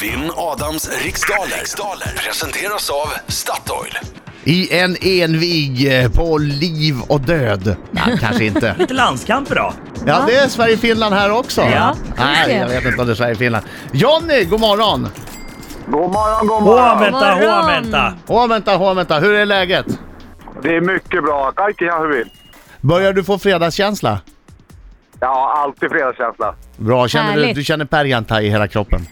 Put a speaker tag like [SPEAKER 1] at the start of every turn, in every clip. [SPEAKER 1] Vinn Adams riksdaler. riksdaler presenteras av Statoil.
[SPEAKER 2] I en envig eh, på liv och död. Nej, kanske inte.
[SPEAKER 3] Lite landskamp idag.
[SPEAKER 2] Ja, det är Sverige-Finland här också.
[SPEAKER 3] Ja,
[SPEAKER 2] Nej, jag vet inte om det är Sverige-Finland. Johnny, god morgon!
[SPEAKER 4] God morgon, god morgon.
[SPEAKER 3] Håmenta,
[SPEAKER 5] morgon.
[SPEAKER 3] håmenta.
[SPEAKER 2] Åh, vänta, åh, vänta. Hur är läget?
[SPEAKER 4] Det är mycket bra. Kaikki här hur vill.
[SPEAKER 2] Börjar du få fredagskänsla?
[SPEAKER 4] Ja, alltid fredagskänsla.
[SPEAKER 2] Bra, känner du,
[SPEAKER 5] Härligt.
[SPEAKER 2] du känner Perjantai i hela kroppen.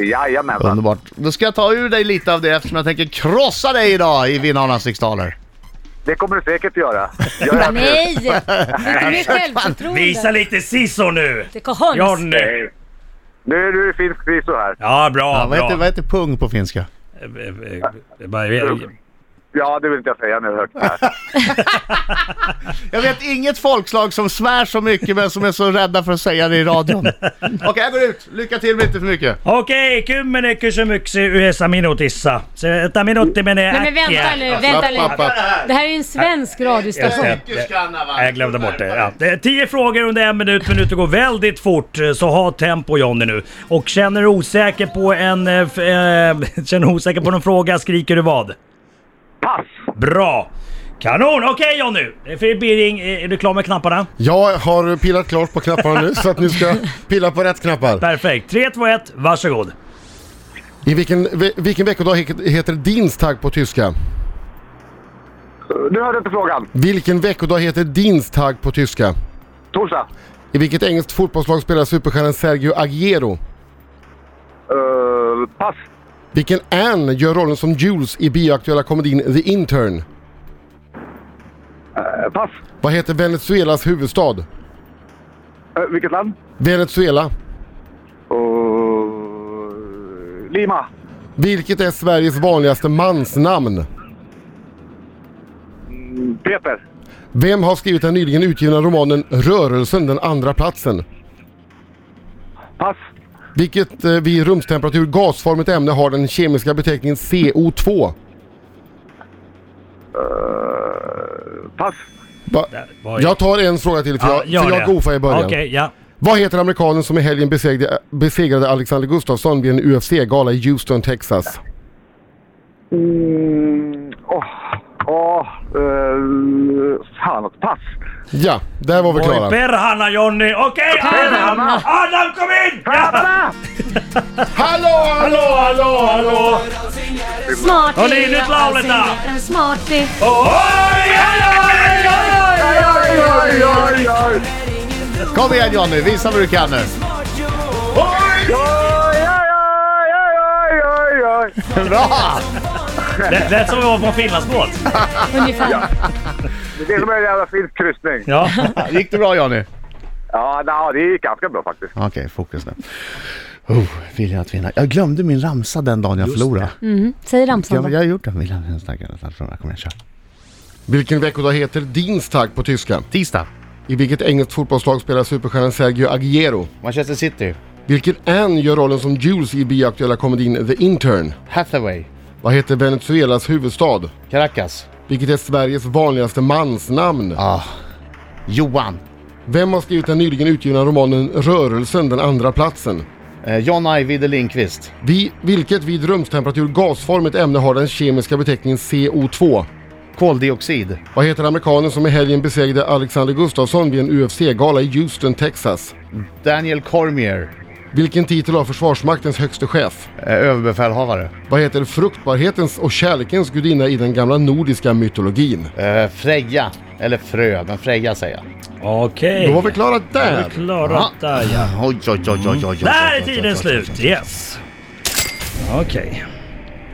[SPEAKER 4] Jajamensan.
[SPEAKER 2] Underbart. Då ska jag ta ur dig lite av det eftersom jag tänker krossa dig idag i vinnarnas riksdaler.
[SPEAKER 4] Det kommer du säkert göra. Jag är ödmjuk.
[SPEAKER 5] Nej! Lite mer
[SPEAKER 3] Visa
[SPEAKER 5] självförtroende.
[SPEAKER 3] lite siso nu.
[SPEAKER 5] Det är John.
[SPEAKER 3] Johnny.
[SPEAKER 4] Nu är du finsk siso här.
[SPEAKER 3] Ja, bra,
[SPEAKER 2] Ja, vad,
[SPEAKER 3] bra.
[SPEAKER 2] heter, vad heter pung på finska?
[SPEAKER 3] Eh, eh, eh, eh, bara- eh,
[SPEAKER 4] Ja, det vill inte jag säga nu högt här.
[SPEAKER 2] Jag vet inget folkslag som svär så mycket men som är så rädda för att säga det i radion. Okej, jag går ut. Lycka till men inte för mycket.
[SPEAKER 3] Okei, kymmenen kysymyksiä yhdessä minuutissa. Se, tämä minuutti menee
[SPEAKER 5] Nej men vänta
[SPEAKER 3] äkkiä.
[SPEAKER 5] nu, vänta
[SPEAKER 2] App, app,
[SPEAKER 5] nu.
[SPEAKER 2] app.
[SPEAKER 5] Det här är en svensk
[SPEAKER 3] Jag
[SPEAKER 5] radiostation.
[SPEAKER 3] ser. Nej, Jag glömde bort det. Ja. det är tio frågor under en minut, minuter går väldigt fort. Så ha tempo Jonny nu. Och känner du osäker på en... eh, f- eh, känner du osäker på någon fråga skriker du vad?
[SPEAKER 4] Pass!
[SPEAKER 3] Bra! Kanon! Okej Jonny! Eh, Fredrik Birring, eh, är du klar med knapparna?
[SPEAKER 6] Jag har pillat klart på knapparna nu så att nu ska jag pilla på rätt knappar.
[SPEAKER 3] Perfekt. 3, 2, 1, varsågod.
[SPEAKER 6] I vilken, ve- vilken veckodag he- heter Dienstag på tyska?
[SPEAKER 4] Nu hörde jag inte frågan.
[SPEAKER 6] Vilken veckodag heter Dienstag på tyska?
[SPEAKER 4] Torsdag.
[SPEAKER 6] I vilket engelskt fotbollslag spelar superstjärnan Sergio Aguero?
[SPEAKER 4] Eh, pass.
[SPEAKER 6] Vilken Ann gör rollen som Jules i bioaktuella komedin The Intern?
[SPEAKER 4] Eh, pass.
[SPEAKER 6] Vad heter Venezuelas huvudstad?
[SPEAKER 4] Eh, vilket land?
[SPEAKER 6] Venezuela.
[SPEAKER 4] Eh, Lima.
[SPEAKER 6] Vilket är Sveriges vanligaste mansnamn?
[SPEAKER 4] Mm, Peter.
[SPEAKER 6] Vem har skrivit den nyligen utgivna romanen Rörelsen, den andra platsen?
[SPEAKER 4] Pass.
[SPEAKER 6] Vilket eh, vid rumstemperatur gasformigt ämne har den kemiska beteckningen CO2?
[SPEAKER 4] Eh, pass.
[SPEAKER 6] Va?
[SPEAKER 3] var ju-
[SPEAKER 6] Jag tar en fråga till för jag,
[SPEAKER 3] gör
[SPEAKER 6] för
[SPEAKER 3] det.
[SPEAKER 6] jag goofar i början.
[SPEAKER 3] Okej, ja.
[SPEAKER 6] Vad heter amerikanen som i helgen besegrade, besegrade Alexander Gustafsson vid en UFC-gala i Houston, Texas?
[SPEAKER 4] Mm, åh, åh, eh, fan, pass.
[SPEAKER 6] Ja, där var vi
[SPEAKER 3] Oj
[SPEAKER 6] klara.
[SPEAKER 3] perhana Jonny! Okej Adam! Adam kom in! Ja.
[SPEAKER 6] Hallå!
[SPEAKER 3] Hallå, hallå, hallå!
[SPEAKER 5] Smart
[SPEAKER 3] Hörni,
[SPEAKER 5] lilla
[SPEAKER 3] nytt laulet då.
[SPEAKER 5] Alcindor, En smarty.
[SPEAKER 3] Oj, oj, oj, oj, oj!
[SPEAKER 4] Oj, oj, oj, oj.
[SPEAKER 2] Kom igen Johnny, visa vad du kan nu.
[SPEAKER 4] Oj, oj, oj, oj, oj, oj.
[SPEAKER 2] Bra!
[SPEAKER 3] Det lät som vi var på en finlandsbåt.
[SPEAKER 5] Ungefär.
[SPEAKER 4] Det är som en jävla fin kryssning.
[SPEAKER 3] Ja.
[SPEAKER 2] Gick det bra Johnny?
[SPEAKER 4] Ja, na, det gick ganska bra faktiskt.
[SPEAKER 2] Okej, fokus nu. Oh, viljan att vinna. Jag glömde min ramsa den dagen jag förlorade.
[SPEAKER 5] Säg ramsan
[SPEAKER 2] Jag, jag
[SPEAKER 5] då.
[SPEAKER 2] har gjort den. Viljan att vinna starkare än att förlora. Kom igen, kör.
[SPEAKER 6] Vilken veckodag heter Dienstag på tyska?
[SPEAKER 2] Tisdag.
[SPEAKER 6] I vilket engelskt fotbollslag spelar superstjärnan Sergio Aguero?
[SPEAKER 2] Manchester City.
[SPEAKER 6] Vilken Ann gör rollen som Jules i bioaktuella komedin The Intern?
[SPEAKER 2] Hathaway.
[SPEAKER 6] Vad heter Venezuelas huvudstad?
[SPEAKER 2] Caracas.
[SPEAKER 6] Vilket är Sveriges vanligaste mansnamn?
[SPEAKER 2] Ah. Johan.
[SPEAKER 6] Vem har skrivit den nyligen utgivna romanen Rörelsen, den andra platsen?
[SPEAKER 2] Eh, John Ajvide Lindqvist.
[SPEAKER 6] Vi, vilket vid rumstemperatur gasformigt ämne har den kemiska beteckningen CO2?
[SPEAKER 2] Koldioxid.
[SPEAKER 6] Vad heter amerikanen som i helgen besegrade Alexander Gustafsson vid en UFC-gala i Houston, Texas?
[SPEAKER 2] Daniel Cormier.
[SPEAKER 6] Vilken titel har Försvarsmaktens högste chef?
[SPEAKER 2] Eh, överbefälhavare.
[SPEAKER 6] Vad heter fruktbarhetens och kärlekens gudinna i den gamla nordiska mytologin?
[SPEAKER 2] Eh, Freja. Eller Frö, men Freja säger jag.
[SPEAKER 3] Okej.
[SPEAKER 6] Då var vi klara där!
[SPEAKER 3] Klarat där ja.
[SPEAKER 2] Oj, oj, oj, oj, oj, oj,
[SPEAKER 3] Där är
[SPEAKER 2] oj, oj, oj,
[SPEAKER 3] tiden
[SPEAKER 2] oj, oj.
[SPEAKER 3] slut. Yes. Okej.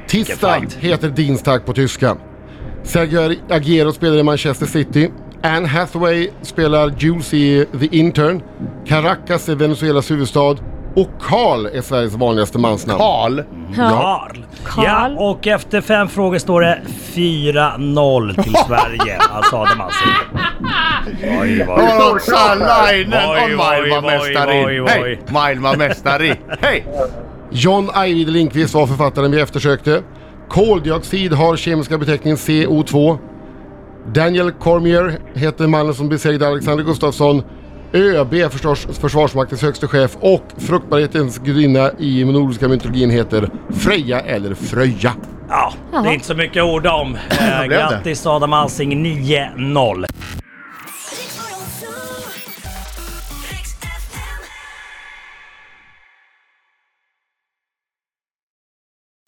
[SPEAKER 6] Tisdag
[SPEAKER 3] Vilken fight.
[SPEAKER 6] heter Dienstag på tyska. Sergio Agüero spelar i Manchester City. Anne Hathaway spelar Jules i The Intern. Caracas är Venezuelas huvudstad. Och Karl är Sveriges vanligaste mansnamn.
[SPEAKER 2] Karl.
[SPEAKER 3] Karl. Ja,
[SPEAKER 5] Karl.
[SPEAKER 3] och efter fem frågor står det 4-0 till Sverige. Alltså Adam Alsing. Oj, vad...
[SPEAKER 2] Salainen
[SPEAKER 3] Oj, oj,
[SPEAKER 2] on maailman
[SPEAKER 3] oj, oj,
[SPEAKER 2] mestari.
[SPEAKER 3] oj.
[SPEAKER 2] Hei, maailman mestari. Hei!
[SPEAKER 6] John Ajvide Lindqvist var författaren vi eftersökte. Koldioxid har kemiska beteckningen CO2. Daniel Cormier heter mannen som besegrade Alexander Gustafsson. ÖB, försvars, Försvarsmaktens högste chef och fruktbarhetens gudinna i den nordiska mytologin heter Freja eller Fröja.
[SPEAKER 3] Ja, det
[SPEAKER 5] Jaha.
[SPEAKER 3] är inte så mycket att orda om. Eh,
[SPEAKER 2] blev det?
[SPEAKER 3] Grattis Adam Alsing 9-0.